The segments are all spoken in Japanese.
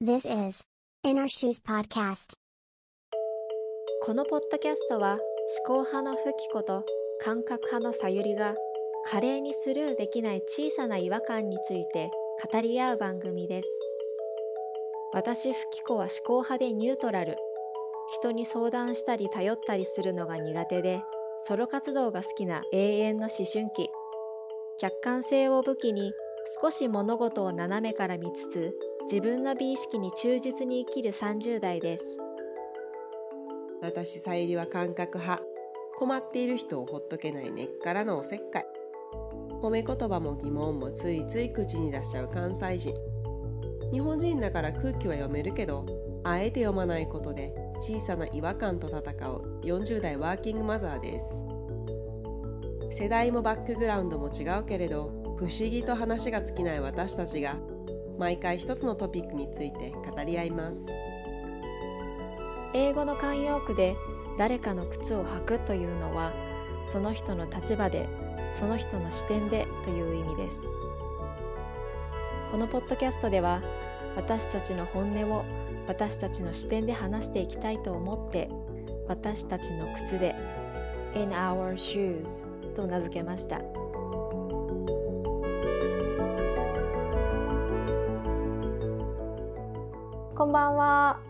This is In Our Shoes Podcast. このポッドキャストは思考派のフキコと感覚派のさゆりが華麗にスルーできない小さな違和感について語り合う番組です私フキコは思考派でニュートラル人に相談したり頼ったりするのが苦手でソロ活動が好きな永遠の思春期客観性を武器に少し物事を斜めから見つつ自分の美意識に忠実に生きる30代です私さゆりは感覚派困っている人をほっとけない根っからのおせっかい褒め言葉も疑問もついつい口に出しちゃう関西人日本人だから空気は読めるけどあえて読まないことで小さな違和感と戦う40代ワーキングマザーです世代もバックグラウンドも違うけれど不思議と話が尽きない私たちが毎回一つのトピックについて語り合います英語の慣用句で誰かの靴を履くというのはその人の立場でその人の視点でという意味ですこのポッドキャストでは私たちの本音を私たちの視点で話していきたいと思って私たちの靴で In Our Shoes と名付けましたこんばんは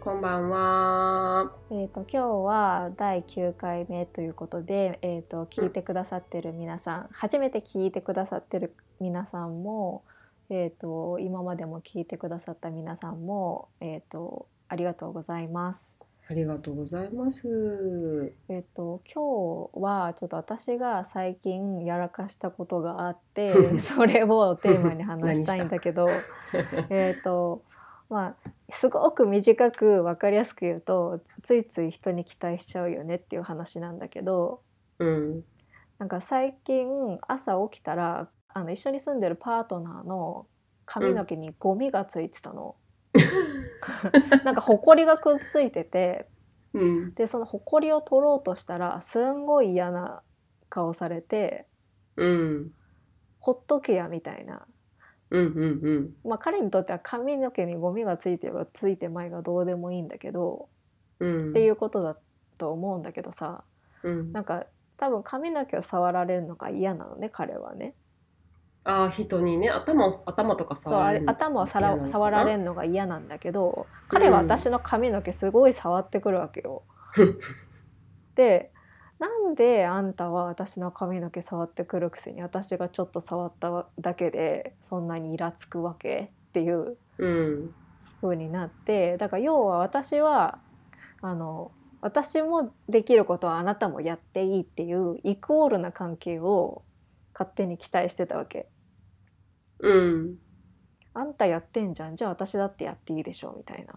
こんばんはえー、と今日は第9回目ということで、えー、と聞いてくださってる皆さん、初めて聞いてくださってる皆さんも、えー、と今までも聞いてくださった皆さんも、えー、とありがとうございます。ありがとうございます。えー、と今日はちょっと私が最近やらかしたことがあって それをテーマに話したいんだけど えっとまあすごく短く分かりやすく言うとついつい人に期待しちゃうよねっていう話なんだけど。うん。なんか最近朝起きたらあの一緒に住んでるパートナーの髪の毛にゴミがついてたの。 なんかほこりがくっついててうん。でそのほこりを取ろうとしたらすんごい嫌な顔されてうん。ほっとけやみたいな。うん。うん。まあ彼にとっては髪の毛にゴミがついてるがついてまいがどうでもいいんだけどうん。ってういん。うことだと思うんだけどさうん、なんか多分髪の毛を触られるのが嫌なのね彼はね。ああ、人にね、頭を、頭とかそう触あられれる。頭をさら嫌なのかな触られるのが嫌なんだけど彼は私の髪の毛すごい触ってくるわけ よ。でなんであんたは私の髪の毛触ってくるくせに私がちょっと触っただけでそんなにイラつくわけっていううん。風になってだから要は私はあの私もできることはあなたもやっていいっていうイコールな関係を勝手に期待してたわけ。うん。あんたやってんじゃんじゃあ私だってやっていいでしょみたいな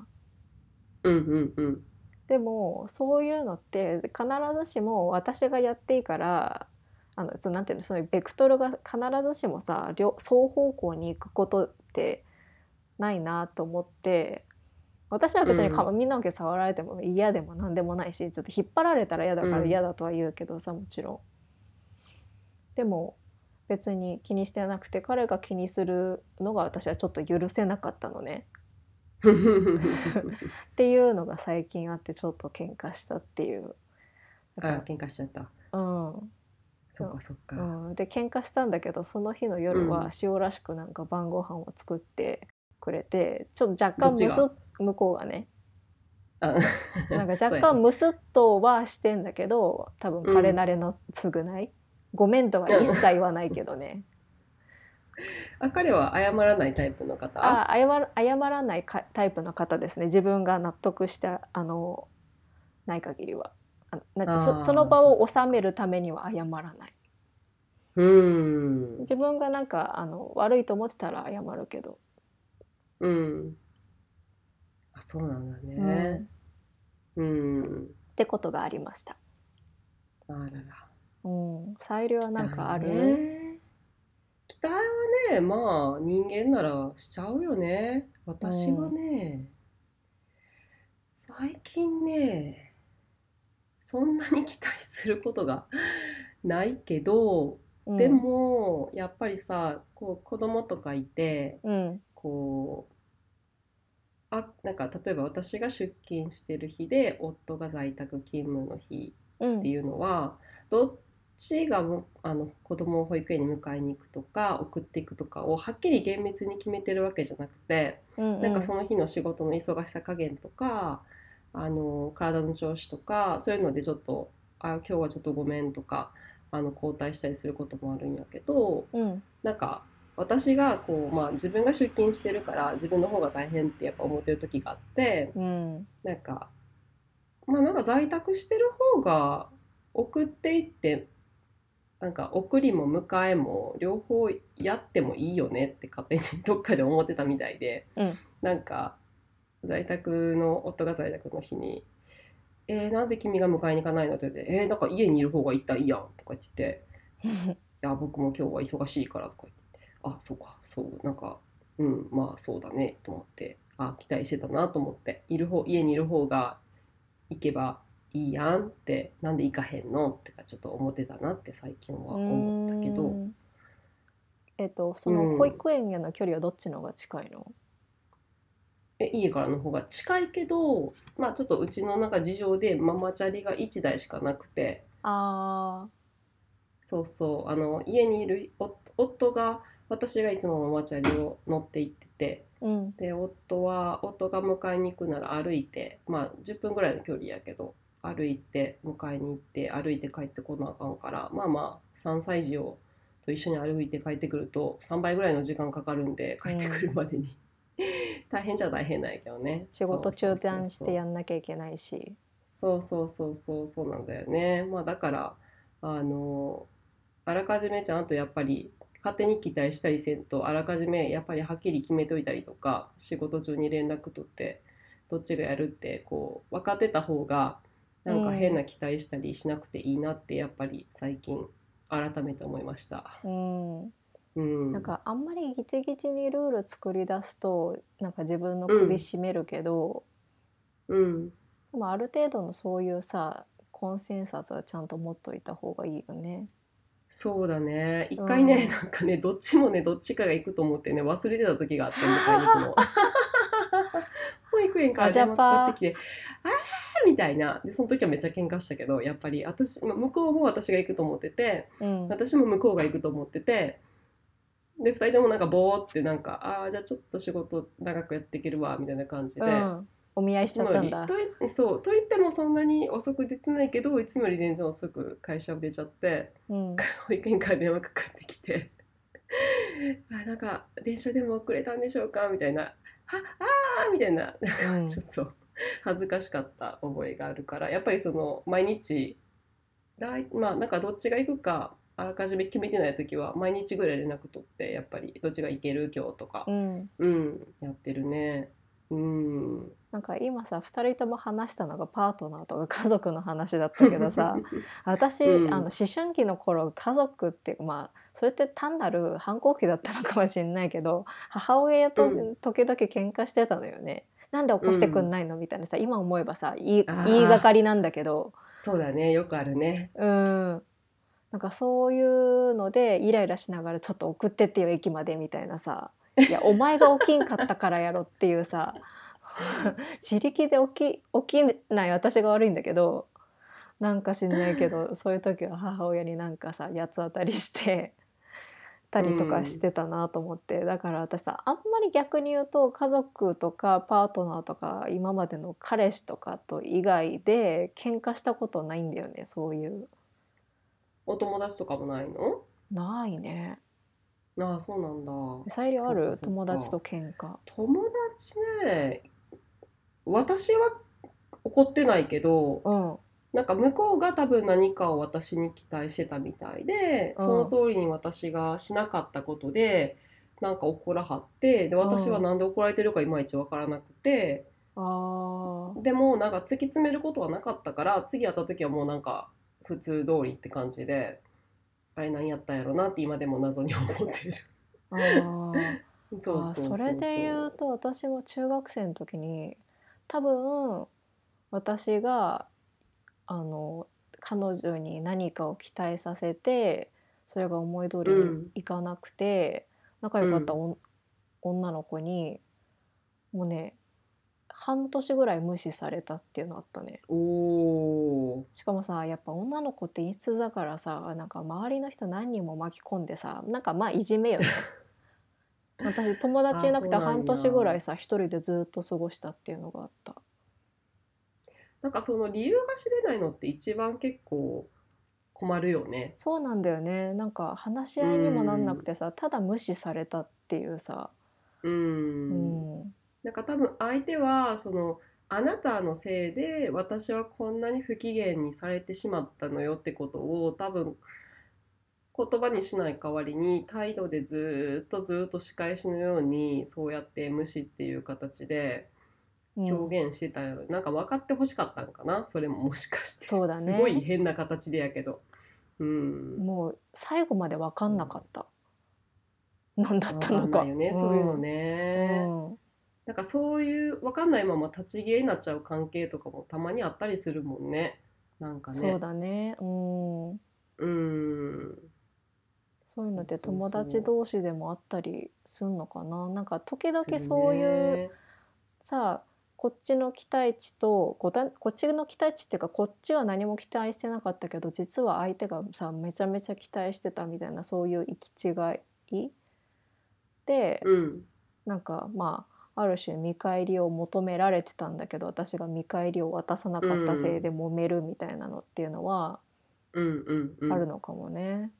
うん。うん。うん。でもそういうのって必ずしも私がやっていいからあのそうなんていうのそのベクトルが必ずしもさ両双方向に行くことってないなと思って私は別にう髪の毛触られても嫌でも何でもないしちょっと引っ張られたら嫌だからうん嫌だとは言うけどさもちろん。でも別に気にしてなくて彼が気にするのが私はちょっと許せなかったのね。っていうのが最近あってちょっと喧嘩したっていう。だあかあ、喧嘩しちゃった。らうんそっか、そっか。うん、で喧嘩したんだけどその日の夜うはん塩らしくなんか晩ご飯を作ってくれてちょっと若どっ干ちむがすっ向こうが ねあなんかそう若や干むすっとはしてんだけど多分彼なれの償い、ごめんとは一切言わないけど ねあ、彼は謝らないタイプの方。あ謝ら謝らないかタイプの方ですね自分が納得したあのない限りはあのなんてあーそその場を収めるためには謝らない。うん。自分がなんかあの悪いと思ってたら謝るけど、うん。あ、そうなんだうんね。うん。ってことがありました。あらら。うん、さゆりはなんかある、だね期待はねまあ人間ならしちゃうよね私はね、最近ねそんなに期待することがないけど、うんで、もやっぱりさこう子供とかいてうんこあなんか例えば私が出勤してる日で夫が在宅勤務の日うっんていうのはどっちがむあの子供を保育園に迎えに行くとか送っていくとかをはっきり厳密に決めてるわけじゃなくてうんなんかその日の仕事の忙しさ加減とかあの体の調子とかそういうのでちょっとあ今日はちょっとごめんとかあの交代したりすることもあるんやけどうんなんか私がこう、まあ、自分が出勤してるから自分の方が大変ってやっぱ思ってる時があってうんなんかまあなんか在宅してる方が送っていってなんか送りも迎えも両方やってもいいよねって勝手にどっかで思ってたみたいで、うんなんか在宅の夫が在宅の日に「えー、なんで君が迎えに行かないの?」って言って「えー、なんか家にいる方が一体いいやん」とか言ってて。いや僕も今日は忙しいからとか言っててあそうかそうなんかうんまあそうだねと思ってあ期待してたなと思っている方家にいる方が行けばいいやんってなんで行かへんのってかちょっと思ってたなって最近は思ったけうどんえっとそうのん保育園への距離はどっちの方が近いのえ家からの方が近いけどまあちょっとうちの中事情でママチャリが1台しかなくてあそうそうあの家にいる夫夫が私がいつもママチャリを乗って行ってて。ーうんで夫は夫が迎えに行くなら歩いてまあ10分ぐらいの距離やけど歩いて迎えに行って歩いて帰ってこなあかんからまあまあ3歳児をと一緒に歩いて帰ってくると3倍ぐらいの時間かかるんで帰ってくるまでに 大変じゃ大変なんやけどね仕事中断そしうそうそうそうてやんなきゃいけないしそうそうそうそうそうなんだよね。まあだからあのあらかじめちゃんとやっぱり勝手に期待したりせんとあらかじめやっぱりはっきり決めといたりとか仕事中に連絡取ってどっちがやるってこう分かってた方がなんか変な期待したりしなくていいなってやっぱり最近改めて思いました。うんうん、なんかあんまりギチギチにルール作り出すとなんか自分の首絞めるけど、うんでもある程度のそういうさコンセンサスはちゃんと持っといた方がいいよね。そうだね一回ね、うんなんかねどっちもねどっちかが行くと思ってね忘れてた時があって迎えに行 くの保育園から電話かかってきて「あら!」みたいなでその時はめっちゃ喧嘩したけどやっぱり私まあ向こうも私が行くと思っててうん、私も向こうが行くと思っててで2人ともなんかボーってなんか「ああじゃあちょっと仕事長くやっていけるわ」みたいな感じで。うん、お見合いいしつちゃっもたよんりだ。といそうと言ってもそんなに遅く出てないけどいつもより全然遅く会社を出ちゃってうん、保育園から電話かかってきて 「あなんか電車でも遅れたんでしょうか?」みたいな「はあー」みたいなうん ちょっと恥ずかしかった覚えがあるからやっぱりその毎日だいまあなんかどっちが行くかあらかじめ決めてない時は毎日ぐらい連絡取ってやっぱりどっちが行ける今日とかうん、うんやってるねうんなんか今さ2人とも話したのがパートナーとか家族の話だったけど さ私、うんあの思春期の頃家族ってまあそれって単なる反抗期だったのかもしれないけど母親とうん時々喧嘩してたのよね。なんで起こしてくんないのみたいなさ今思えばさ言いあー言いがかりなんだけどそうだねよくあるねうんなんかそういうのでイライラしながらちょっと送ってってよ駅までみたいなさ「いやお前が起きんかったからやろ」っていうさ 自力で起き起きない私が悪いんだけどなんか知んないけどそういう時は母親になんかさ八つ当たりしてたりとかしてたなと思って、だから私さあんまり逆に言うと家族とかパートナーとか今までの彼氏とかと以外で喧嘩したことないんだよねそういう。お友達とかもないのないね。ああそうなんださゆりあそうるかそうか友達と喧嘩。友達ね私は怒ってないけどうん。なんか向こうが多分何かを私に期待してたみたいで、うんその通りに私がしなかったことでなんか怒らはってで私はなんで怒られてるかいまいちわからなくて、あ あ。でもなんか突き詰めることはなかったから次会った時はもうなんか普通通りって感じであれ何やったんやろなって今でも謎に思ってる。あーそうあそうそうー。それで言うと私も中学生の時に多分私があの彼女に何かを期待させてそれが思い通りにいかなくて、仲良かったおん女の子にもうね半年ぐらい無視されたっていうのあったねおおしかもさやっぱ女の子って陰湿だからさなんか周りの人何人も巻き込んでさなんかまあいじめよ ね私友達いなくてあそうなんや半年ぐらいさ一人でずっと過ごしたっていうのがあったなんかその理由が知れないのって一番結構困るよねそうなんだよねなんか話し合いにもなんなくてさただ無視されたっていうさううんん、なんか多分相手はそのあなたのせいで私はこんなに不機嫌にされてしまったのよってことを多分言葉にしない代わりに態度でずっとずっと仕返しのようにそうやって無視っていう形でうん表現してたよ、なんか分かってほしかったんかなそれももしかしてそうだねすごい変な形でやけどうんもう最後まで分かんなかった、何だっ分たかのんかないよね、そういうのうね、んうんなんかそういう分かんないまま立ち消えになっちゃう関係とかもたまにあったりするもんね。なんかね。そうだねうんうーん。そういうのってそうそうそう友達同士でもあったりすんのかななんか時々そういうねさこっちの期待値とこたこっちの期待値っていうかこっちは何も期待してなかったけど実は相手がさめちゃめちゃ期待してたみたいなそういう行き違いで、うん。なんかまあある種見返りを求められてたんだけど私が見返りを渡さなかったせいで揉めるみたいなのっていうのはうんうんうん。あるのかもね。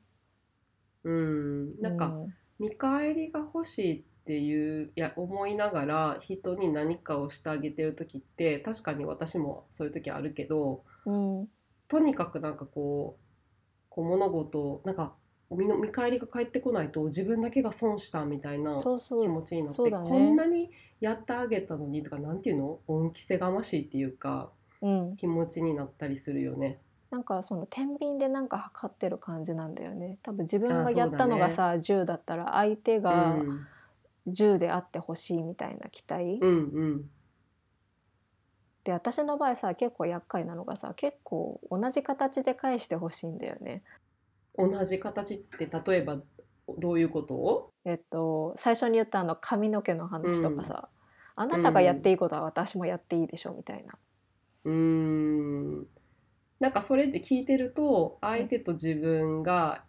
うん。なんか、うん見返りが欲しいっていう、いや、思いながら人に何かをしてあげてる時って、確かに私もそういう時あるけど、うんとにかくなんかこう、こう物事を、なんか、みの見返りが返ってこないと自分だけが損したみたいなそうそ気う持ちになって、そうだねこんなにやってあげたのにとかなんていうの恩着せがましいっていうかうん、気持ちになったりするよね。なんかその天秤でなんか測ってる感じなんだよね多分自分あがそうだやねったのがさ、10だったら相手うがん、 10であってほしいみたいな期待、うんうんで私の場合さ結構厄介なのがさ結構同じ形で返してほしいんだよね。同じ形って例えばどういうことをえっと最初に言ったあの髪の毛の話とかさ、あなたがやっていいことは私もやっていいでしょみたいな。うーんなんかそれって聞いてると相手と自分が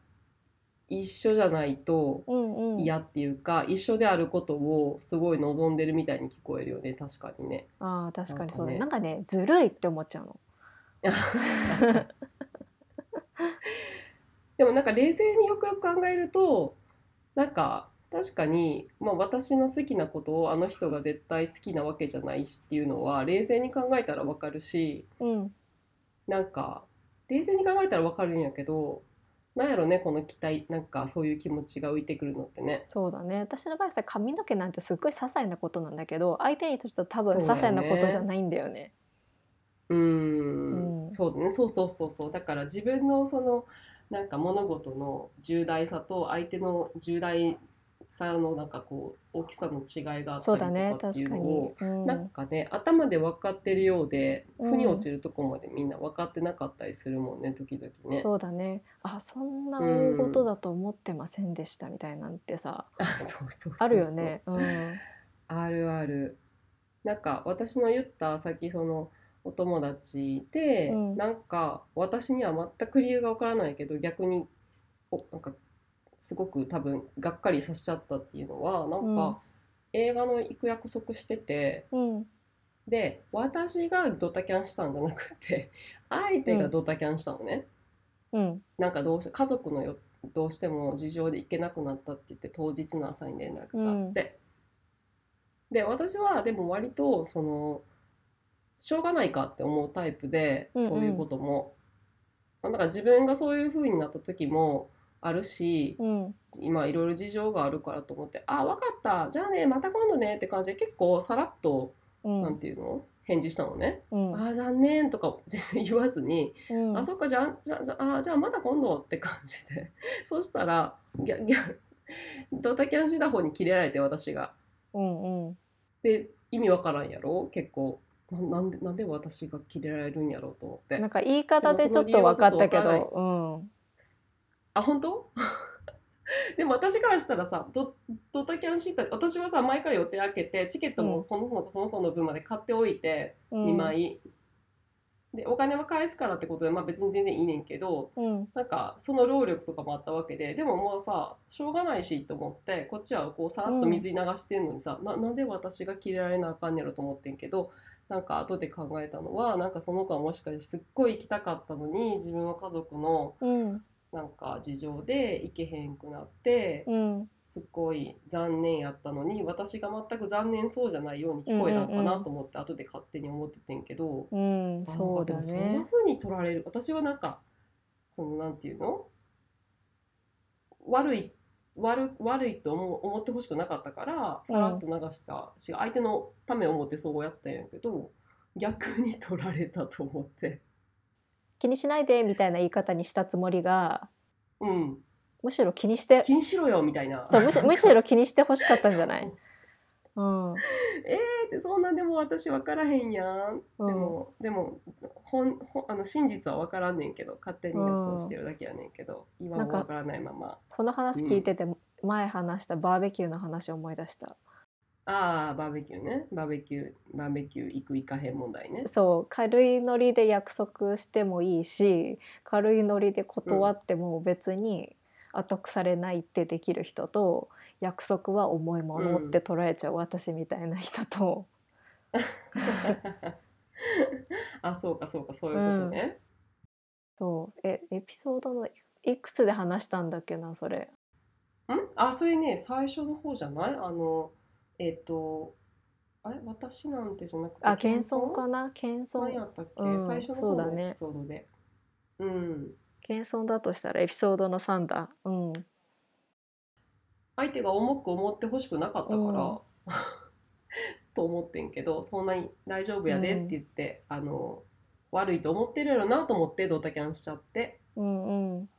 一緒じゃないとうんうん、嫌っていうか、一緒であることをすごい望んでるみたいに聞こえるよね確かにね。あー確かにそうだねななんかねずるいって思っちゃうの。でもなんか冷静によくよく考えるとなんか確かに、まあ、私の好きなことをあの人が絶対好きなわけじゃないしっていうのは冷静に考えたらわかるしうんなんか冷静に考えたらわかるんやけどなんやろねこの期待なんかそういう気持ちが浮いてくるのってね。そうだね私の場合さ髪の毛なんてすっごい些細なことなんだけど相手にとっては多分些そうだよね細なことじゃないんだよね。うーうんんそうだねそうそうそうそうだから自分のそのなんか物事の重大さと相手の重大さのなんかこう大きさの違いがあっそたうだねりとかってい確うかのにを。うんなんかね、頭で分かってるようで、うん腑に落ちるとこまでみんな分かってなかったりするもんね、時々ね。そうだねあそんな大事だと思ってませんでしたみたいなんてさ、あ、そうそうそうそうあるよね。うんあるある。なんか私の言ったさっきそのお友達で、うんなんか私には全く理由が分からないけど、逆におなんかすごく多分がっかりさせちゃったっていうのは、なんか映画の行く約束してて。うん で私がドタキャンしたんじゃなくて相手がドタキャンしたのね、うんなんかどうし家族のよどうしても事情で行けなくなったって言って当日の朝に連絡があって、で私はでも割とそのしょうがないかって思うタイプでうんうんそういうことも、まあなんか自分がそういう風になった時もあるし、うん今いろいろ事情があるからと思って「あ分かったじゃあねまた今度ね」って感じで結構さらっと、うなんんていうの返事したのね。うんあー残念とか全然言わずに、うんあそっかじゃあじゃあじゃああーじゃあまた今度って感じで そしたらギャギャドタキャンした方にキレられて私がうんうんで意味わからんやろ結構ななんでなんで私がキレられるんやろうと思っなんてか言い方でちょっと分かったけでもその理由はちょっとど、あ本当 でも私からしたらさドドタキャンシータ私はさ前から予定開けてチケットうもんこの子のその子の分まで買っておいてうん2枚、でお金は返すからってことで、まあ、別に全然いいねんけどうんなんかその労力とかもあったわけででももうさしょうがないしと思ってこっちはこうさらっと水に流してんのにさ、ななんで私が嫌られなあかんねやろと思ってんけどなんか後で考えたのはなんかその子はもしかしてすっごい行きたかったのに自分の家族のうんなんか事情で行けへんくなって。うんすっごい残念やったのに私が全く残念そうじゃないように聞こえたのかなと思って後で勝手に思っててんけど、うんそうだなんかでもそんなね風に取られる私はなんかそのなんていうの悪い悪悪いと思う思ってほしくなかったからさらっと流したし、相手のためを思ってそうやったんやけど逆に取られたと思って気にしないでみたいな言い方にしたつもりがうんむしろ気にして気にしろよみたいな。そうむしむしろ気にしてほしかったんじゃなそいううんってそんなでも私分からへんやん、うんでもでもほんほんあの真実は分からんねんけど勝手に予想してるだけやねんけど、今もなんか分からないままその話聞いてて、前話したバーベキューの話を思い出したああバーベキューねバーベキューバーベキュー行く行かへん問題 ねそう軽いノリで約束してもいいし軽いノリで断っても別に後腐れないってできる人と、約束は重いものって捉えちゃう私みたいな人と、あそうかそうかそういうことね、そうえエピソードのいいくつで話したんだっけなそれ。んあそれね最初の方じゃないあのえっ、とあれ私なんてじゃなくてあ謙遜かな謙何や遜ったっけ、うん最初のそう方だのねエピソードでうん謙遜だとしたらエピソードの3だうん相手が重く思ってほしくなかったから、うん と思ってんけどそんなに大丈夫やでって言って、あの悪いと思ってるやろなと思ってドタキャンしちゃってうんうん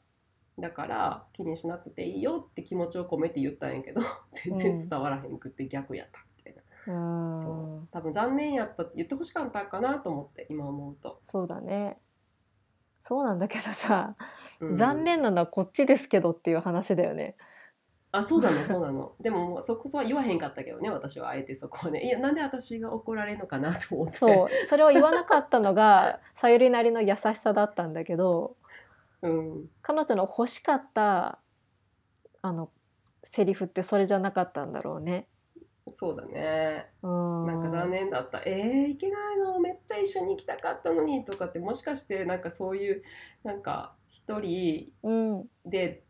だから気にしなくていいよって気持ちを込めて言ったんやけど 全然伝わらへんくって逆やったみたいな、うんそ多分残念やったって言ってほしかったんかなと思って今思うと、そうだねそうなんだけどさ、うん残念なのはこっちですけどっていう話だよ ねあそうなのそうなのでももうそこは言わへんかったけどね私はあえてそこはねいやなんで私が怒られるのかなと思ってそうそれを言わなかったのがさゆりなりの優しさだったんだけどうん彼女の欲しかったあのセリフってそれじゃなかったんだろうね。そうだねうんなんか残念だった、えー、行けないのめっちゃ一緒に行きたかったのにとかってもしかしてなんかそういうなんか一人うんで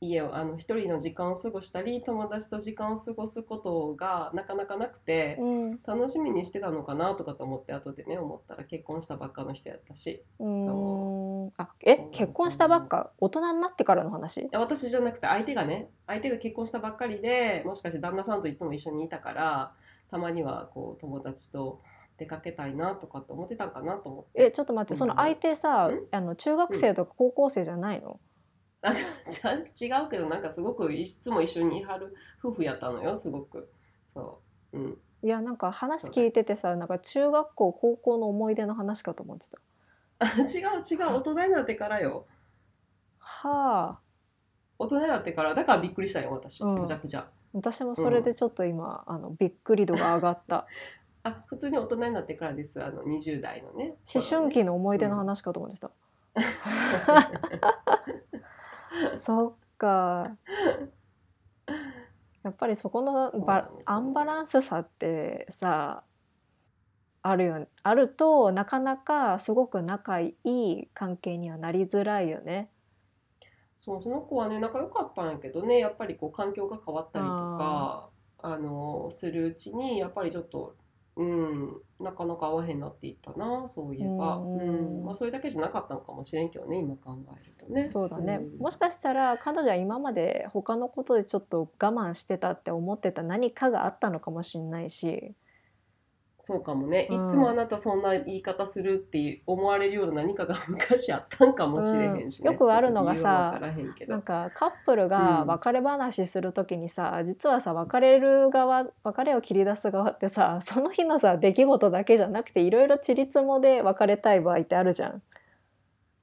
家をあの一人の時間を過ごしたり友達と時間を過ごすことがなかなかなくてうん楽しみにしてたのかなとかと思って後でね思ったら結婚したばっかの人やったしうんあえそう結婚したばっか大人になってからの話いや私じゃなくて相手がね相手が結婚したばっかりでもしかして旦那さんといつも一緒にいたからたまにはこう友達と出かけたいなとかって思ってたんかなと思って。 えちょっと待ってその相手さうんあの中学生とか高校生じゃないの、あのちゃん違うけどなんかすごくいつも一緒にいはる夫婦やったのよすごくそううん いやなんか話聞いててさなんか中学校高校の思い出の話かと思ってた。あ違う違う大人になってからよはあ大人になってからだからびっくりしたよ私うんむちゃくちゃ私もそれでちょっと今、あのびっくり度が上が った。あ普通に大人になってからですあの20代のね思春期の思い出の話かと思ってた。 そっか。やっぱりそこのそうなんばですよアンバランスさってさあるよねあるとなかなかすごく仲いい関係にはなりづらいよね。そうその子はね仲良かったんやけどねやっぱりこう環境が変わったりとかあのするうちにやっぱりちょっとうんなかなか合わへんなっていったなそういえばううんんまあそれだけじゃなかったのかもしれんけどね今考えるとねそうだね、うんもしかしたら彼女は今まで他のことでちょっと我慢してたって思ってた何かがあったのかもしれないし。そうかもね、うんいつもあなたそんな言い方するっていう思われるような何かが昔あったんかもしれへんしね、うんよくあるのがさちょっと理由はわからへんけなんどかカップルがうん別れ話する時にさ、実はさ別れる側別れを切り出す側ってさその日のさ出来事だけじゃなくていろいろちりつもで別れたい場合ってあるじゃん。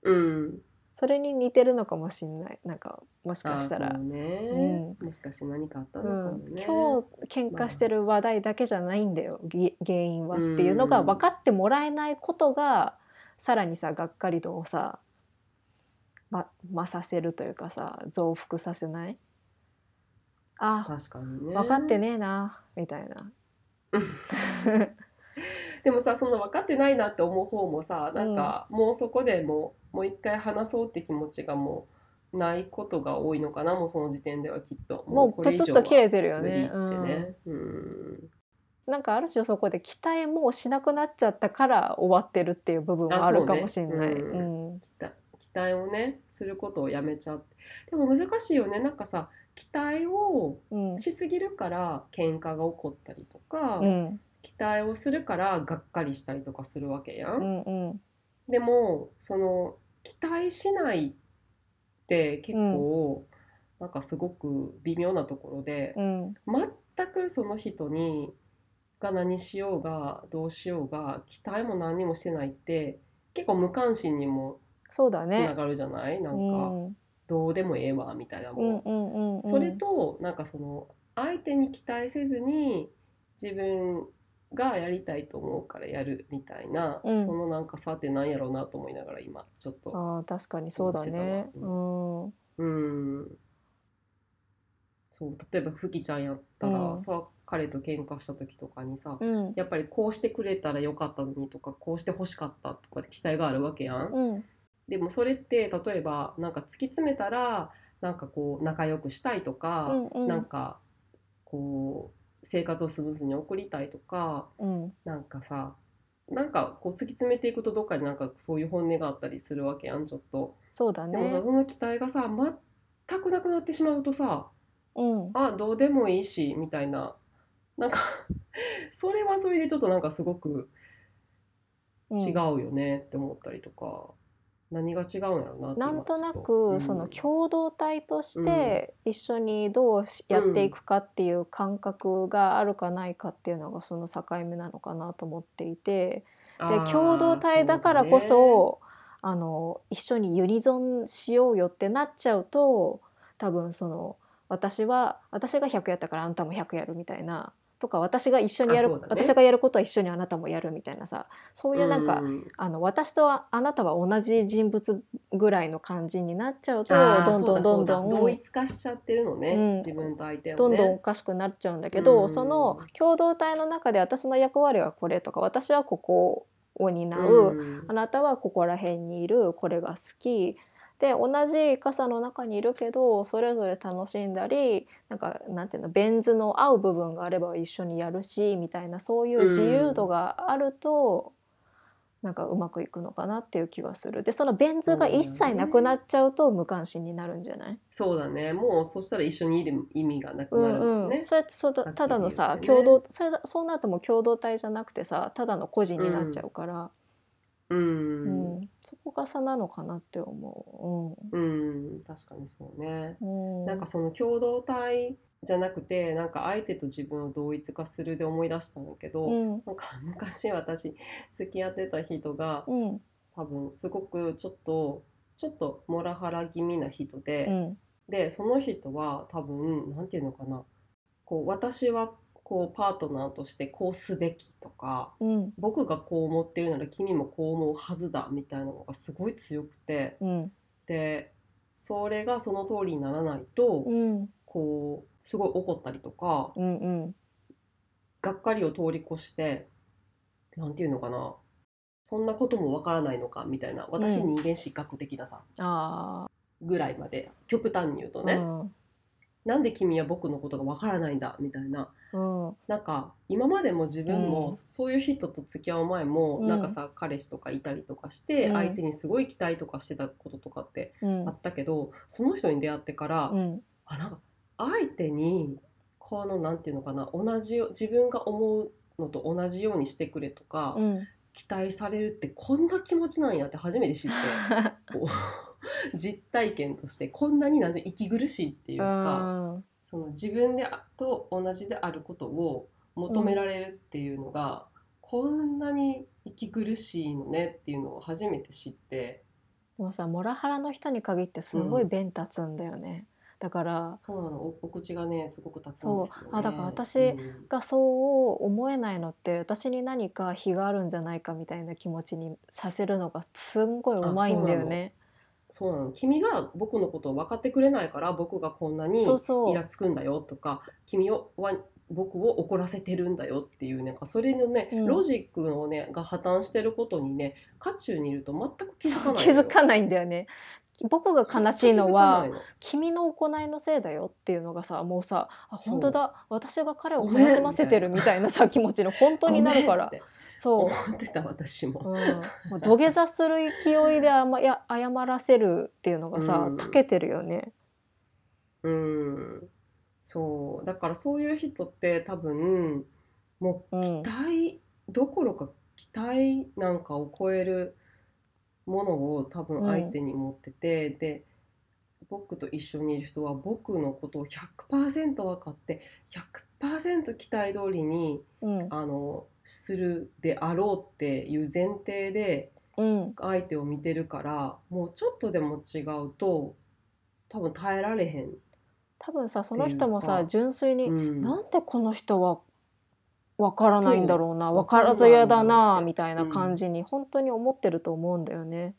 うんそれに似てるのかもしんないなんかもしかしたあーらそうね、うもしかして何かあったうのかもん、ね、今日喧嘩してる話題だけじゃないんだよ、ぎ原因はっていうのがうん分かってもらえないことがさらにさがっかり度をさ、ま、増させるというかさ増幅させないあ確かにね分かってねえなみたい な。でもさその分かってないなって思う方もさなんかもうそこでもうもう一回話そうって気持ちがもうないことが多いのかなもうその時点ではきっともうこパれ以ツッ上とは切れてるよ無理っね。てうんねうんなんかある種そこで期待もうしなくなっちゃったから終わってるっていう部分はあるかもしれない。あそうねううん期待期待をねすることをやめちゃってでも難しいよねなんかさ期待をうんしすぎるから喧嘩が起こったりとか、うん期待をするからがっかりしたりとかするわけやん。うんうんでもその期待しないって結構、なんかすごく微妙なところで、うん全くその人にが何しようがどうしようが期待も何にもしてないって結構無関心にもそうだつなね。がるじゃない、なうんか、んどうでもええわみたいなもんうんうんうんうんそれとなんかその相手に期待せずに自分がやりたいと思うからやるみたいな、うんそのなんか差ってなんやろうなと思いながら今ちょっとああ確かにそうだね。気にしてうたんうんそう例えばふきちゃんやったら、うんさ彼と喧嘩した時とかにさ、うんやっぱりこうしてくれたらよかったのにとかこうして欲しかったとかって期待があるわけやん。うんでもそれって例えばなんか突き詰めたらなんかこう仲良くしたいとか、うんうんなんかこう生活をスムーズに送りたいとかうんなんかさなんかこう突き詰めていくとどっかになんかそういう本音があったりするわけやんちょっと。そうだでもねさ。その期待がさ全くなくなってしまうとさうんあどうでもいいしみたいななんか それはそれでちょっとなんかすごく違うよねって思ったりとか、何が違うんやろうなって今なんとなちょっとうくんその共同体として一緒にどうしうんやっていくかっていう感覚があるかないかっていうのがその境目なのかなと思っていてあでー共同体だからこそあの一緒にユニゾンしようよってなっちゃうと多分その私は私が100やったからあんたも100やるみたいなとか私が一緒にやる、あそうだね私がやることは一緒にあなたもやるみたいなさそううねいうなんか、うんあの私とああなたは同じ人物ぐらいの感じになっちゃうとあーどんどんどんどんそうだそうだ同一化しちゃってるのね、うん自分と相手をねどんどんおかしくなっちゃうんだけど、うんその共同体の中で私の役割はこれとか私はここを担う、うんあなたはここら辺にいるこれが好きで同じ傘の中にいるけどそれぞれ楽しんだりなんかなんていうのベン図の合う部分があれば一緒にやるしみたいなそういう自由度があると、なんかうまくいくのかなっていう気がするでそのベン図が一切なくなっちゃうと無関心になるんじゃないそうだねもうそしたら一緒にいる意味がなくうなるもんんうんね、それそうはだっきりただのさ、言う共同とねそれだそうなっても共同体じゃなくてさただの個人になっちゃうから、うんうんそこが差なのかなって思う。うんうん確かにそうね、ななんかその共同体じゃなくてなんか相手と自分を同一化するで思い出したんだけど、うんなんか昔私付き合ってた人がうん多分すごくちょっとちょっとモラハラ気味な人で、うんでその人は多分なんていうのかなこう私はこうパートナーとしてこうすべきとかうん僕がこう思ってるなら君もこう思うはずだみたいなのがすごい強くてうんでそれがその通りにならないとうんこうすごい怒ったりとかうんうんがっかりを通り越してなんていうのかなそんなこともわからないのかみたいな私うん人間失格的なさあぐらいまで極端に言うとあね、なんで君は僕のことがわからないんだみたいなうんうんなんか今までも自分も、うんそういう人と付き合う前も、うんなんかさ彼氏とかいたりとかして、うん相手にすごい期待とかしてたこととかってうんあったけど、その人に出会ってから、うんあなんか相手にこのなんていうのかな同じよ自分が思うのと同じようにしてくれとか、うん期待されるってこんな気持ちなんやって初めて知ってこう 実体験としてこんなになんて息苦しいっていうか。うんその自分であと同じであることを求められるっていうのが、こんなに息苦しいのねっていうのを初めて知ってもうさモラハラの人に限ってすごい弁立つんだよね、だからそうなのおお口がねすごくたつんそうですよねあだから私うんがそう思えないのって私に何か非があるんじゃないかみたいな気持ちにさせるのがすんごいうまいんだよね。そうなの君が僕のことを分かってくれないから僕がこんなにそうそイうラつくんだよとか君をは僕を怒らせてるんだよっていうなんかそれのね、うんロジックをねが破綻してることにね渦中にいると全く気づかない気のよづかないんだよね。僕が悲しいのは全く気づかないの君の行いのせいだよっていうのがさもうさあそう本当だ私が彼をごめん悲しませてるみたいなさ気持ちの本当になるかごらめんってそう思ってた私うん、も、もう土下座する勢いであまや謝らせるっていうのがさうんたけてるよね。うん、そうだからそういう人って多分もううん期待どころか期待なんかを超えるものを多うん分相手に持ってて、で僕と一緒にいる人は僕のことを100%分かって100%期待通りにうんあのするであろうっていう前提でうん相手を見てるからもうちょっとでも違うと多分耐えられへん。多分さその人もってさいうか純粋にうんなんでこの人は分からないんだろうなそう分からず嫌だわからないんだろうなってみたいな感じに本当に思ってると思うんだよね。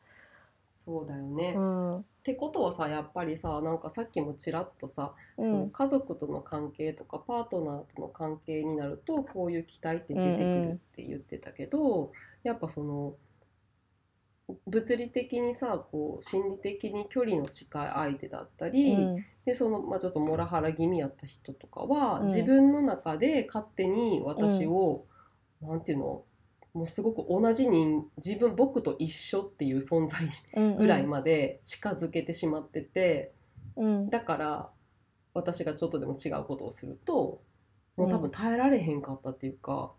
そうだよね、うっん、うんてことはさやっぱりさなんかさっきもちらっとさその家族との関係とかパートナーとの関係になるとこういう期待って出てくうんうんるって言ってたけど、やっぱその物理的にさこう心理的に距離の近い相手だったり、うんでその、まあ、ちょっとモラハラ気味やった人とかは、うん自分の中で勝手に私を、なんていうのもうすごく同じ人自分僕と一緒っていう存在うんぐらいまで近づけてしまってて。うんだから私がちょっとでも違うことをするともう多分耐えられへんかったっていうか、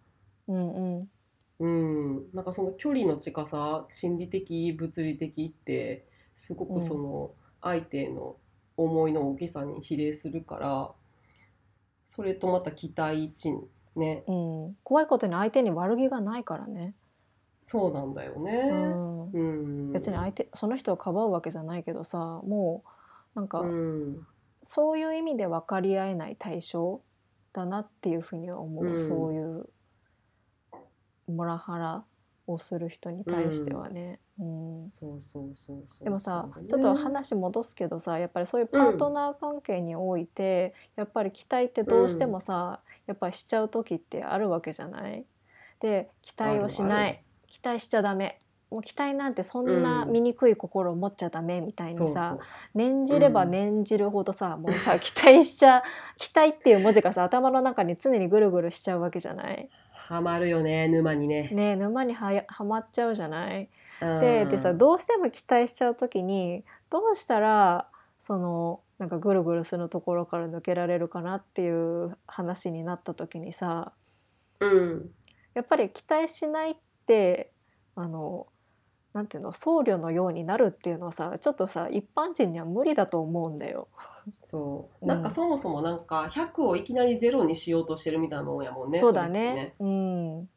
うんうんうんなんかその距離の近さ心理的物理的ってすごくその相手の思いの大きさに比例するからそれとまた期待値にねうん、怖いことに相手に悪気がないからね、そうなんだようね。んうん、別に相手その人をかばうわけじゃないけどさもうなんか、うんそういう意味で分かり合えない対象だなっていうふうには思う、うんそういうモラハラをする人に対してはね。うんそうそうそうそうでもさ、そうだねちょっと話戻すけどさやっぱりそういうパートナー関係において、やっぱり期待ってどうしてもさ、やっぱりしちゃう時ってあるわけじゃないで期待をしなあるい期待しちゃダメもう期待なんてそんなうん醜い心を持っちゃダメみたいにさ、そうそう念じればうん念じるほどさ、もうさ期待しちゃ 期待っていう文字がさ頭の中に常にぐるぐるしちゃうわけじゃないハマるよね沼にね。ねえ沼にはやはまっちゃうじゃないでででさどうしても期待しちゃう時にどうしたらそのなんかぐるぐるするところから抜けられるかなっていう話になった時にさうんやっぱり期待しないってあのなんていうの僧侶のようになるっていうのはさちょっとさ一般人には無理だと思うんだよ。そううんなんかそもそもなんか100をいきなりゼロにしようとしてるみたいなもんやもんね。そうだねうん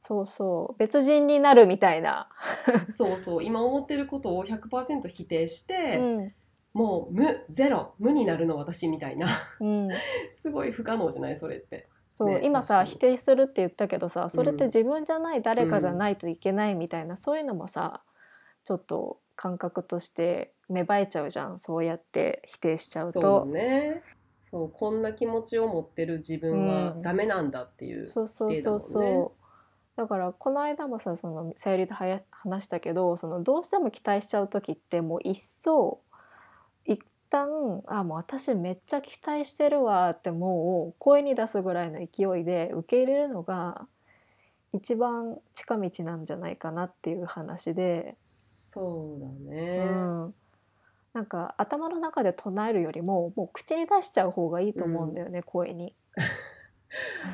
そうそう別人になるみたいな、そ れってね。そうそう今思ってることを100%否定して、うんもう無ゼロ無になるの私みたいな うん、すごい不可能じゃないそれって。そう、ね今さ確否定するって言ったけどさそれってうん自分じゃない誰かじゃないといけないみたいな、そういうのもさちょっと感覚として芽生えちゃうじゃんそうやって否定しちゃうそうとだね。そうこんな気持ちを持ってる自分はうんダメなんだっていう。そうそうそうそうっていうのもだからこの間もさそのさゆりとはや話したけどそのどうしても期待しちゃう時ってもう一層一旦あもう私めっちゃ期待してるわってもう声に出すぐらいの勢いで受け入れるのが一番近道なんじゃないかなっていう話で、そうだうね。ん、なんか頭の中で唱えるよりももう口に出しちゃう方がいいと思うんだよね、声 に。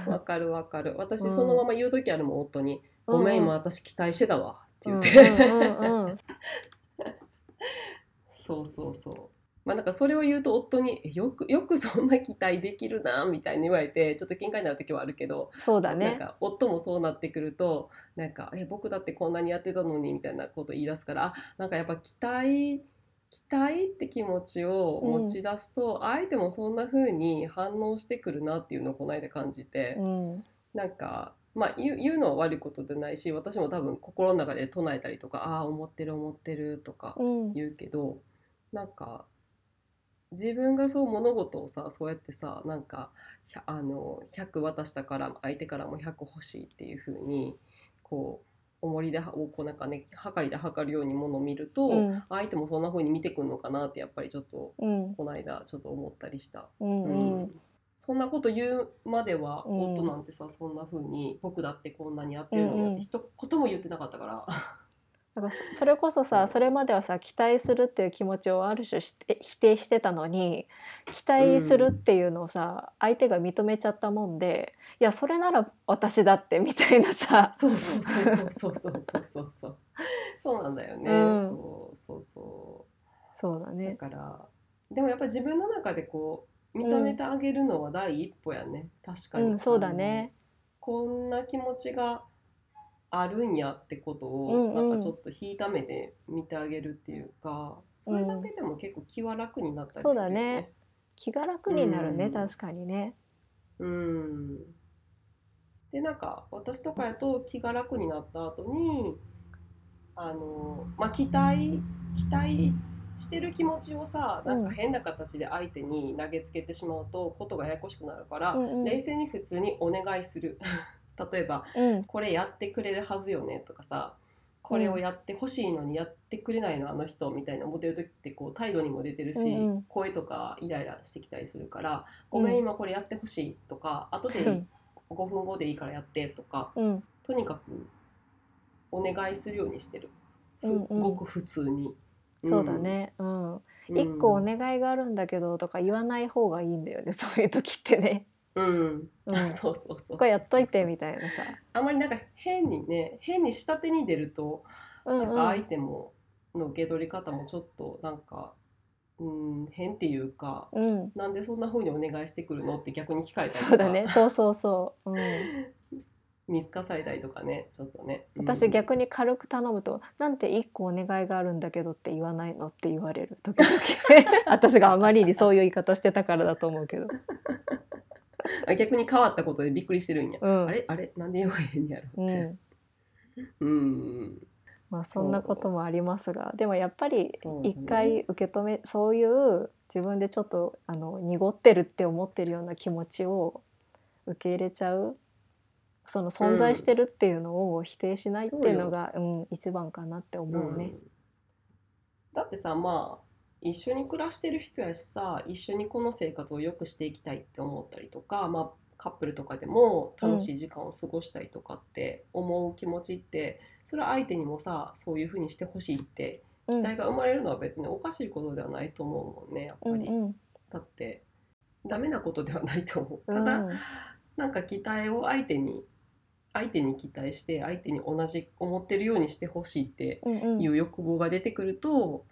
わかるわかる。私うんそのまま言う時あるもん夫に、ごめん今私期待してたわってうんう言っんて。うんうんうんそうそうそう。まあなんかそれを言うと夫にえよくよくそんな期待できるなみたいに言われてちょっと喧嘩になる時はあるけど、そうだなんね。か夫もそうなってくるとなんかえ僕だってこんなにやってたのにみたいなこと言い出すからあなんかやっぱ期待期待って気持ちを持ち出すと、相手もそんな風に反応してくるなっていうのをこの間感じて。うん、なんか、まあ、言う言うのは悪いことでないし私も多分心の中で唱えたりとか「ああ思ってる思ってる」とかうん、言うけどなんか自分がそう物事をさそうやってさなんかひゃあの100渡したから相手からも100欲しいっていう風にこう重りではをこうなんかね測りで測るようにものを見ると、うん、相手もそんな風に見てくるのかなってやっぱりちょっとうん、この間ちょっと思ったりした。うん、うん、そんなこと言うまでは、うん夫なんてさそんな風に僕だってこんなにやってるのにって一言も言ってなかったから、だからそそれこそさそれまではさ期待するっていう気持ちをある種して否定してたのに期待するっていうのをさ、相手が認めちゃったもんでいやそれなら私だってみたいなさそうそうそうそうそうそうそうそう そうなんだよね、うんそうそうそそうだうだねからでもやっぱり自分の中でこう認めてあげるのは第一歩やね、確かうに、んそうだねこんな気持ちがあるんやってことを、うんうんなんかちょっと引いた目で見てあげるっていうかそれだけでも結構気は楽になったりすそうるだね気が楽になるね、うん確かにねうん。でなんか私とかやと気が楽になった後にあの、まあ、期待期待してる気持ちをさなんうかん変な形で相手に投げつけてしまうとことがややこしくなるから、うんうん冷静に普通にお願いする 例えばうん「これやってくれるはずよね」とかさ「これをやってほしいのにやってくれないのあの人」みたいな思ってる時ってこう態度にも出てるし、うんうん声とかイライラしてきたりするから「ごめん今これやってほしい」と か「後でいいうん5分後でいいからやって」とかうんとにかくお願いするようにしてる。ふうんうんごく普通に。そうだねうんうん。一、個お願いがあるんだけどとか言わない方がいいんだよね そういう時ってね、うん。うん、 そうそうそう。これやっといてみたいなさ、あんまりなんか変にね、変に下手に出ると、うんなんうかん相手もの受け取り方もちょっとなんか、うん、変っていうかうん、なんでそんな風にお願いしてくるのって逆に聞かれたりそうとだか、ねそうそうそう、うん、見透かされたりとかねちょっとね、うん私逆に軽く頼むと「なんて一個お願いがあるんだけど」って言わないのって言われる時 々私があまりにそういう言い方してたからだと思うけど、あ逆に変わったことでびっくりしてるんや、うんあれあれなんで言わへんやうろって、んうんまあ、そんなこともありますがでもやっぱりそうだね一回受け止めそういう自分でちょっとあの濁ってるって思ってるような気持ちを受け入れちゃうその存在してるっていうのを否定しないっていうのが、うん一番かなって思うね。んだってさまあ一緒に暮らしてる人やしさ一緒にこの生活を良くしていきたいって思ったりとか、まあ、カップルとかでも楽しい時間を過ごしたいとかって思う気持ちって、それは相手にもさそういうふうにしてほしいってうん期待が生まれるのは別におかしいことではないと思うもんねやっぱうんり。うんだってダメなことではないと思う。うただ、んなんか期待を相手に相手に期待して相手に同じ思ってるようにしてほしいってうんうんいう欲望が出てくると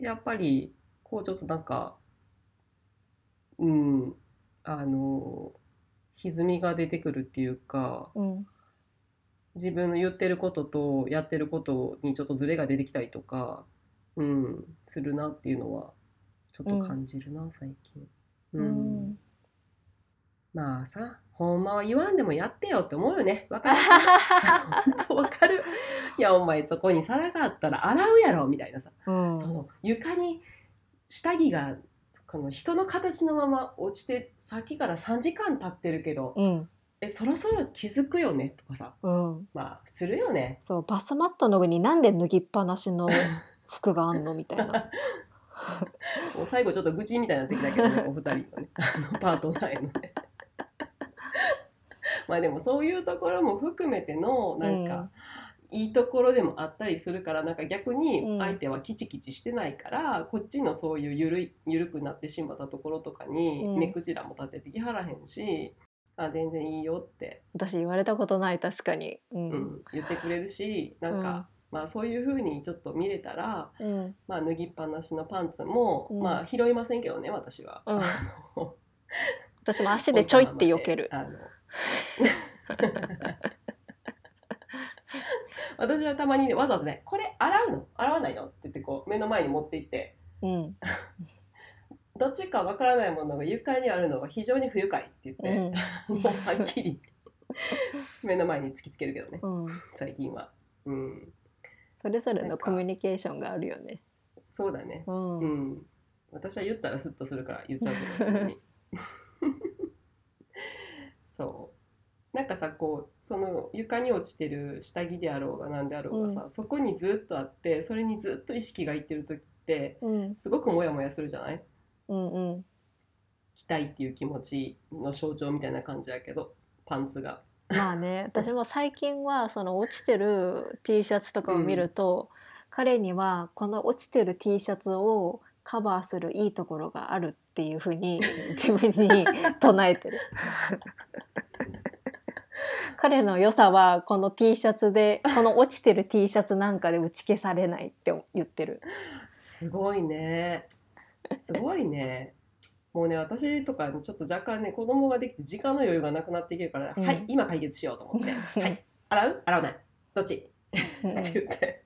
やっぱりこうちょっとなんかうんあの歪みが出てくるっていうかうん自分の言ってることとやってることにちょっとズレが出てきたりとか、うん、するなっていうのはちょっと感じるな、最近。ううんんまあさ、ほんまは言わんでもやってよって思うよね。わかる。本当わかる。いや、お前そこに皿があったら洗うやろみたいなさ。 うんその床に下着がこの人の形のまま落ちて、さっきから3時間経ってるけど、うんえ、そろそろ気づくよねとかさ。うん、まあ、するよね。そうバスマットの上になんで脱ぎっぱなしの服があんのみたい なもう最後ちょっと愚痴みたいになってきたけど ね、お二人のね、あのパートナーへのね。 まあでもそういうところも含めてのなんか、いいところでもあったりするからなんか逆うんに相手はキチキチしてないから、こっちのそういうゆるいゆるくなってしまったところとかにうん目くじらも立ててきはらへんし、あ全然いいよって、私言われたことない確かに、ううんん、言ってくれるしなんか、まあ、そういう風にちょっと見れたら、うんまあ、脱ぎっぱなしのパンツも、うんまあ、拾いませんけどね私は。うんの私も足でちょいって避けるあの 私はたまにねわざわざね「これ洗うの洗わないの?」って言ってこう目の前に持っていってうんどっちかわからないものが床にあるのは非常に不愉快って言っうて、んもうはっきり目の前に突きつけるけどねうん最近は。うん、それぞれのコミュニケーションがあるよねそうだねううんん、私は言ったらスッとするから言っちゃうけどすぐにそうなんかさこうその床に落ちてる下着であろうが何であろうがさ、そこにずっとあってそれにずっと意識がいってる時ってうんすごくモヤモヤするじゃないうんうん着たいっていう気持ちの象徴みたいな感じやけどパンツがまあね私も最近はその落ちてる T シャツとかを見ると、彼にはこの落ちてる T シャツをカバーするいいところがあるっていうふうに自分に唱えてる。彼の良さはこの T シャツでこの落ちてる T シャツなんかで打ち消されないって言ってる。すごいねすごいねもうね私とかちょっと若干ね子供ができて時間の余裕がなくなってきるから、うんはい今解決しようと思って「はい洗う洗わないどっち?」 って言って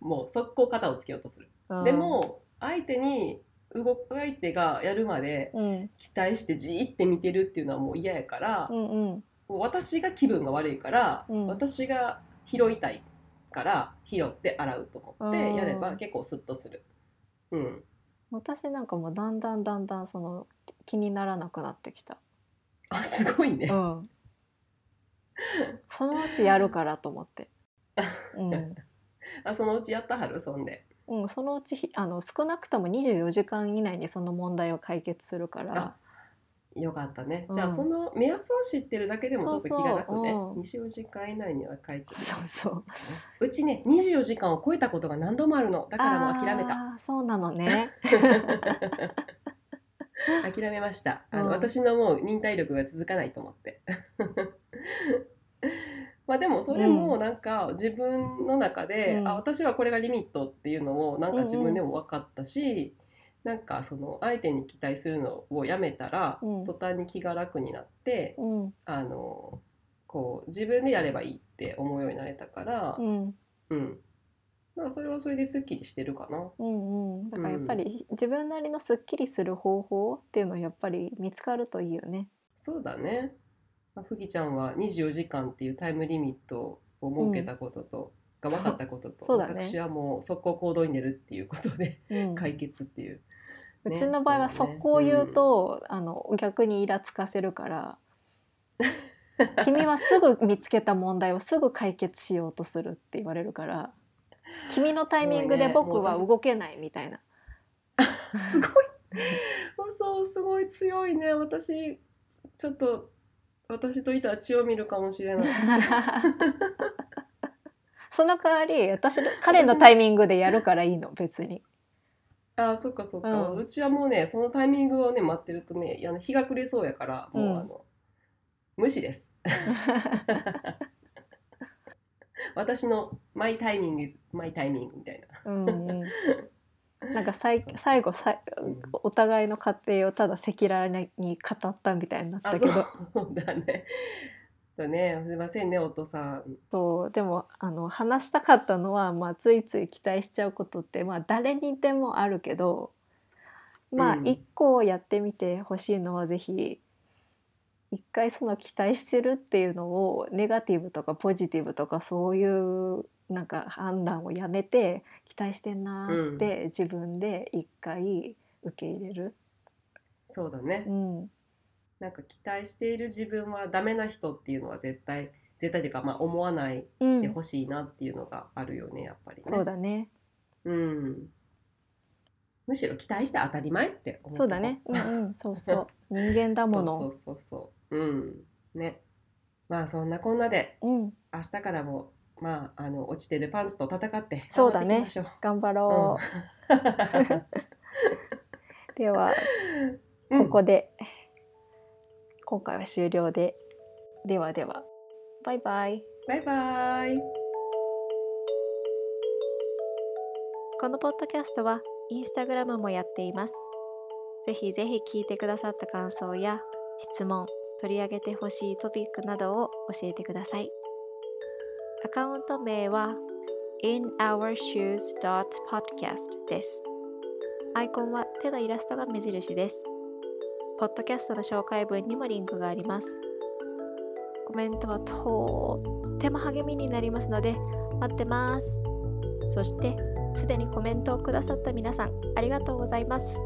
もう速攻肩をつけようとする、うんで、も相手に動く相手がやるまでうん、期待してじーって見てるっていうのはもう嫌やから、うんうんもう私が気分が悪いから、うん私が拾いたいから拾って洗うと思っあーてやれば結構スッとする。うん私なんかもうだんだんだんだんその気にならなくなってきた。 あすごいね、うん、そのうちやるからと思って、 うんあそのうちやったはるそんでうん、そのうちひあの少なくとも24時間以内にその問題を解決するからあよかったね、うんじゃあその目安を知ってるだけでもちょっと気が楽ねそうそううん24時間以内には解決そうそううちね24時間を超えたことが何度もあるのだからもう諦めたあーそうなの ね諦めましたあうのん私のもう忍耐力が続かないと思って まあでもそれもなんか自分の中で、うんあ私はこれがリミットっていうのをなんか自分でも分かったし、なんかその相手に期待するのをやめたら、うん途端に気が楽になってうんあのこう自分でやればいいって思うようになれたからう、んうん、まあそれはそれですっきりしてるかな。うんうんだからやっぱり自分なりのすっきりする方法っていうのはやっぱり見つかるといいよねそうだね。まあふぎちゃんは24時間っていうタイムリミットを設けたことと、うんが分かったことと、そうそうだね私はもう速攻行動に出るっていうことでうん解決っていう。うねちの場合はそうだ速ね攻言うとあの逆にイラつかせるから 「君はすぐ見つけた問題をすぐ解決しようとする」って言われるから「君のタイミングで僕は動けない」み たいな。すごい。そう、すごい強いね。私、ちょっと、私といたら血を見るかもし れない。その代わり私の彼のタイミングでやるからいいの別に。ああ、そっかそっか、ううんちはもうね、そのタイミングをね、待ってるとね、あの日が暮れそうやから、もううんあの、無 視です。私のマイタイミング is マイタイミングみたいな。うんうんなんかさい最後さいうんお互いの家庭をただ赤裸々に語ったみたいになったけどそうだね。だね、すいませんね、お父さん。そうでもあの話したかったのは、まあ、ついつい期待しちゃうことって、まあ、誰にでもあるけどまあうん一個やってみてほしいのはぜひ一回その期待してるっていうのをネガティブとかポジティブとかそういうなんか判断をやめて期待してんなーって、自分で一回受け入れる。そうだねう。んなんか期待している自分はダメな人っていうのは絶対、絶対というか、まあ思わないうんでほしいなっていうのがあるよね、やっぱりね。そうだね。うん。むしろ期待して当たり前って思っそうとだこね。うんうん、そう そう。人間だもの。そうそうそうそう。うん。ね。まあそんなこんなでうん、明日からもまああの落ちてるパンツと戦ってそうだね頑張っていきましょう頑張ろう。では。 うんここで、今回は終了で。ではでは、バイバイ。バイバイ。このポッドキャストはインスタグラムもやっています。ぜひぜひ聞いてくださった感想や質問、取り上げてほしいトピックなどを教えてください。アカウント名は inourshoes.podcast です。アイコンは手のイラストが目印です。ポッドキャストの紹介文にもリンクがあります。コメントはとっても励みになりますので待ってます。そしてすでにコメントをくださった皆さんありがとうございます。